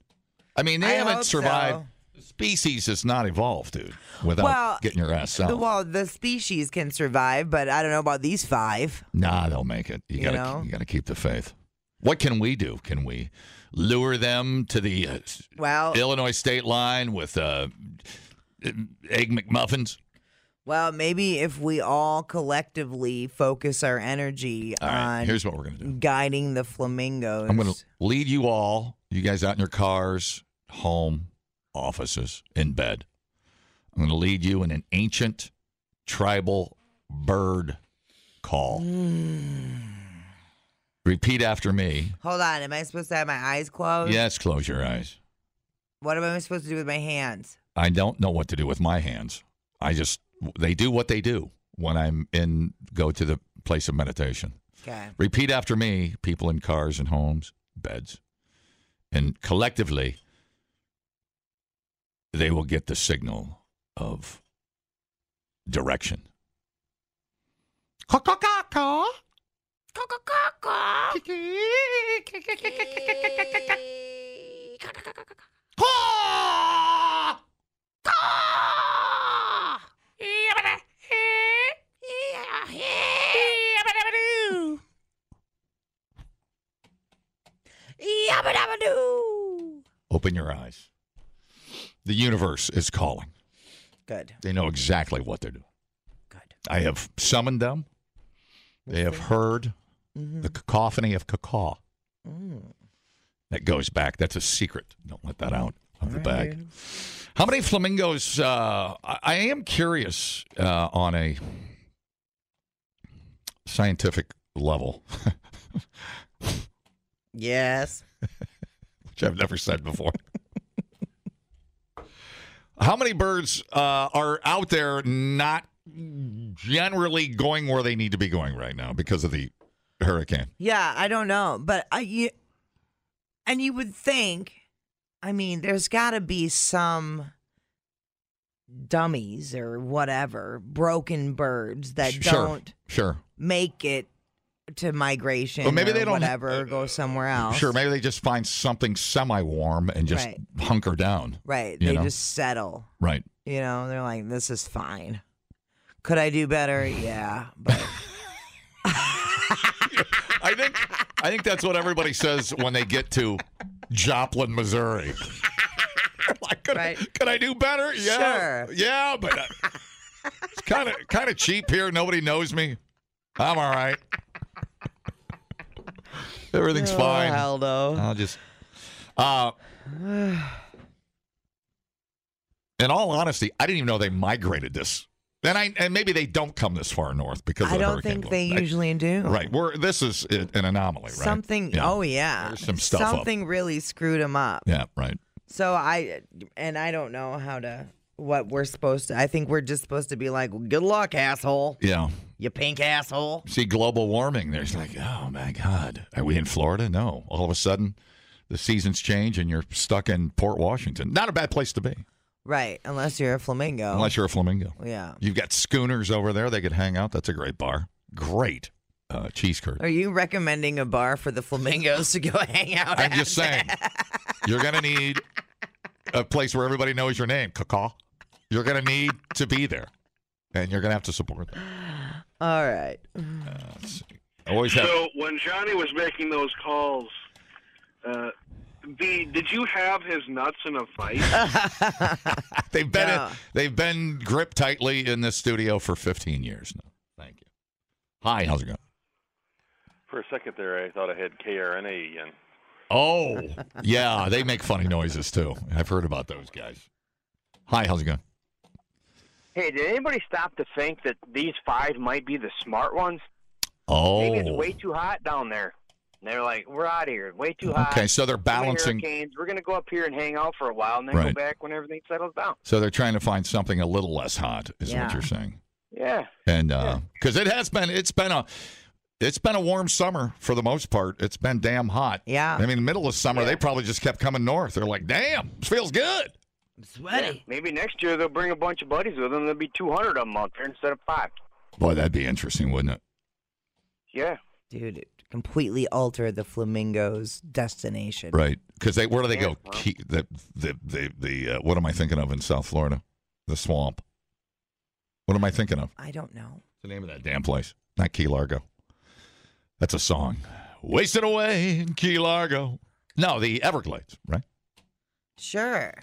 Speaker 2: I mean, they
Speaker 3: I
Speaker 2: haven't
Speaker 3: hope
Speaker 2: survived. Species has not evolved, dude. Without
Speaker 3: Well,
Speaker 2: getting your ass south.
Speaker 3: The, well, the species can survive, but I don't know about these five.
Speaker 2: Nah, they'll make it. You,
Speaker 3: You
Speaker 2: gotta
Speaker 3: know?
Speaker 2: you gotta keep the faith. What can we do? Can we lure them to the uh, s-
Speaker 3: Well,
Speaker 2: Illinois state line with uh, egg McMuffins?
Speaker 3: well, maybe if we all collectively focus our energy
Speaker 2: All right,
Speaker 3: on
Speaker 2: here's what we're gonna do.
Speaker 3: guiding the flamingos.
Speaker 2: I'm gonna lead you all, you guys out in your cars, home, offices, in bed. I'm gonna lead you in an ancient tribal bird call. Repeat after me.
Speaker 3: Hold on. Am I supposed to have my eyes closed?
Speaker 2: Yes, close your eyes.
Speaker 3: What am I supposed to do with my hands?
Speaker 2: I don't know what to do with my hands. I just They do what they do when I'm in go to the place of meditation.
Speaker 3: Okay.
Speaker 2: Repeat after me, people in cars and homes, beds. And collectively, they will get the signal of direction. Open your eyes. The universe is calling.
Speaker 3: Good.
Speaker 2: They know exactly what they're doing.
Speaker 3: Good.
Speaker 2: I have summoned them. They have heard the cacophony of cacaw. That goes back. That's a secret. Don't let that out of the bag. How many flamingos? Uh, I, I am curious uh, on a scientific level,
Speaker 3: Yes.
Speaker 2: which I've never said before. How many birds uh, are out there not generally going where they need to be going right now because of the hurricane?
Speaker 3: Yeah, I don't know, but I you, and you would think, I mean, there's got to be some dummies or whatever broken birds that
Speaker 2: Sh-
Speaker 3: don't
Speaker 2: Sure, sure.
Speaker 3: make it to migration
Speaker 2: Well, maybe
Speaker 3: or
Speaker 2: they don't- uh,
Speaker 3: whatever or go somewhere else.
Speaker 2: Sure, maybe they just find something semi-warm and just
Speaker 3: Right.
Speaker 2: hunker down.
Speaker 3: Right.
Speaker 2: You
Speaker 3: They
Speaker 2: know?
Speaker 3: just settle.
Speaker 2: Right.
Speaker 3: You know, they're like, this is fine. Could I do better? Yeah. But
Speaker 2: I think I think that's what everybody says when they get to Joplin, Missouri. like, could, I,
Speaker 3: Right.
Speaker 2: could I do better? Yeah,
Speaker 3: Sure.
Speaker 2: yeah, but uh, it's kind of kind of cheap here. Nobody knows me. I'm all right. Everything's fine.
Speaker 3: Oh, hell no.
Speaker 2: I'll just. Uh, in all honesty, I didn't even know they migrated this. And I and maybe they don't come this far north because of
Speaker 3: I
Speaker 2: the
Speaker 3: don't
Speaker 2: hurricane
Speaker 3: think they
Speaker 2: blow. I-
Speaker 3: usually do.
Speaker 2: right. We're this is i- an anomaly, right?
Speaker 3: Something.
Speaker 2: Yeah.
Speaker 3: Oh yeah.
Speaker 2: There's some stuff up.
Speaker 3: Something really screwed him up.
Speaker 2: Yeah. Right.
Speaker 3: So I and I don't know how to. What we're supposed to. I think we're just supposed to be like, good luck, asshole.
Speaker 2: Yeah.
Speaker 3: You pink asshole.
Speaker 2: See, global warming. There's like, oh my God, are we in Florida? No. All of a sudden, the seasons change and you're stuck in Port Washington. Not a bad place to be,
Speaker 3: Right. Unless you're a flamingo.
Speaker 2: unless you're a flamingo.
Speaker 3: yeah.
Speaker 2: You've got schooners over there. They could hang out. That's a great bar. Great uh, cheese curd.
Speaker 3: Are you recommending a bar for the flamingos to go hang out
Speaker 2: I'm
Speaker 3: at?
Speaker 2: just saying, you're going to need a place where everybody knows your name, Cacaw. You're going to need to be there, and you're going to have to support them.
Speaker 3: All right.
Speaker 2: I always have.
Speaker 9: So when Johnny was making those calls, uh, B, did you have his nuts in a fight?
Speaker 2: They've been
Speaker 3: Yeah.
Speaker 2: they've been gripped tightly in this studio for 15 years now. Thank you. Hi, how's it going?
Speaker 10: For a second there, I thought I had KRNA again.
Speaker 2: Oh, yeah, they make funny noises too. I've heard about those guys. Hi, how's it going?
Speaker 9: hey, did anybody stop to think that these five might be the smart ones? Maybe it's
Speaker 2: Oh,
Speaker 9: way too hot down there. And they're like, we're out of here. Way too hot.
Speaker 2: okay. So they're
Speaker 9: Too many
Speaker 2: balancing.
Speaker 9: hurricanes. We're going to go up here and hang out for a while and then
Speaker 2: Right.
Speaker 9: go back when everything settles down.
Speaker 2: So they're trying to find something a little less hot, is what
Speaker 3: Yeah.
Speaker 2: you're saying.
Speaker 9: Yeah.
Speaker 2: and because it has been it's been a it's been a warm summer for the most part it's been damn hot
Speaker 3: Yeah.
Speaker 2: i mean the middle of summer they probably just kept coming north they're like damn this feels good
Speaker 3: I'm sweaty.
Speaker 9: Maybe next year they'll bring a bunch of buddies with them. There'll be 200 of them out there instead of five.
Speaker 2: boy that'd be interesting wouldn't it
Speaker 9: Yeah.
Speaker 3: Dude, it completely altered the flamingos' destination.
Speaker 2: right because they where do they go
Speaker 9: Yeah.
Speaker 2: Key, the the the, the uh, what am i thinking of in south florida the swamp what am i thinking of
Speaker 3: I don't know.
Speaker 2: What's the name of that damn place not key largo that's a song wasted away in key largo no the everglades right
Speaker 3: Sure.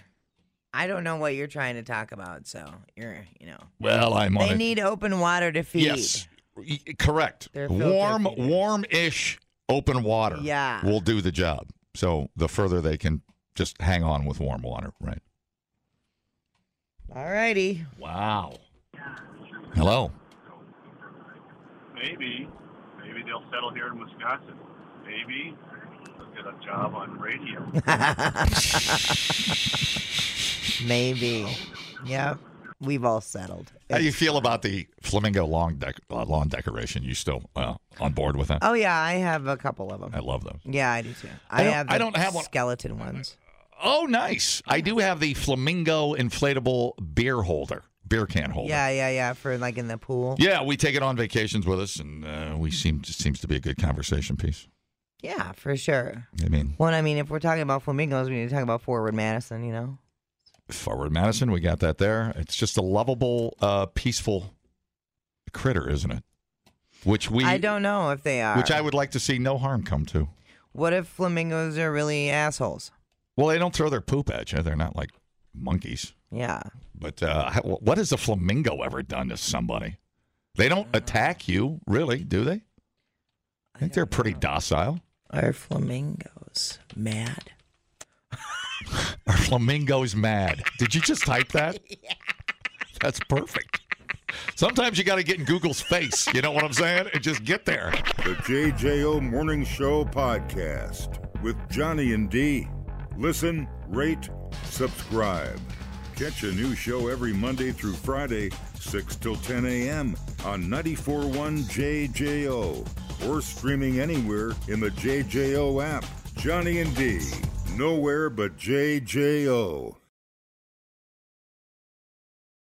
Speaker 3: I don't know what you're trying to talk about, so you're, you know.
Speaker 2: well i'm on
Speaker 3: They
Speaker 2: it.
Speaker 3: need open water to feed.
Speaker 2: Yes, Y- correct.
Speaker 3: They're filter
Speaker 2: Warm,
Speaker 3: feeders.
Speaker 2: warm-ish open water.
Speaker 3: Yeah.
Speaker 2: will do the job. So the further they can just hang on with warm water, right?
Speaker 3: All righty.
Speaker 2: Wow. Hello.
Speaker 10: Maybe. Maybe they'll settle here in Wisconsin. Maybe they'll get a job on radio.
Speaker 3: Maybe. Yep. We've all settled.
Speaker 2: How do you feel about the flamingo lawn dec- uh, lawn decoration? You still uh, on board with that?
Speaker 3: Oh yeah, I have a couple of them.
Speaker 2: I love them.
Speaker 3: Yeah, I do too.
Speaker 2: Oh. I
Speaker 3: I,
Speaker 2: don't-
Speaker 3: have.
Speaker 2: I
Speaker 3: the
Speaker 2: don't have one-
Speaker 3: skeleton ones.
Speaker 2: Oh, nice. I do have the flamingo inflatable beer holder, beer can holder.
Speaker 3: Yeah, yeah, yeah. For like in the pool.
Speaker 2: Yeah, we take it on vacations with us, and uh, we seem it seems to be a good conversation piece.
Speaker 3: Yeah, for sure.
Speaker 2: I mean,
Speaker 3: Well, I mean, if we're talking about flamingos, we need to talk about Forward Madison. You know.
Speaker 2: forward Madison, we got that there. It's just a lovable, uh, peaceful critter, isn't it? Which we,
Speaker 3: I don't know if they are.
Speaker 2: which I would like to see no harm come to.
Speaker 3: What if flamingos are really assholes?
Speaker 2: Well, they don't throw their poop at you. They're not like monkeys.
Speaker 3: Yeah.
Speaker 2: But uh, how- what has a flamingo ever done to somebody? They don't attack you, really, do they? I think they're pretty docile.
Speaker 3: Are flamingos mad?
Speaker 2: Are flamingos mad? Did you just type that? That's perfect. Sometimes you got to get in Google's face. You know what I'm saying? And just get there.
Speaker 1: The JJO Morning Show podcast with Johnny and D. Listen, rate, subscribe. Catch a new show every Monday through Friday, 6 till 10 a.m. on 94.1 JJO or streaming anywhere in the JJO app. Johnny and D. Nowhere but JJO.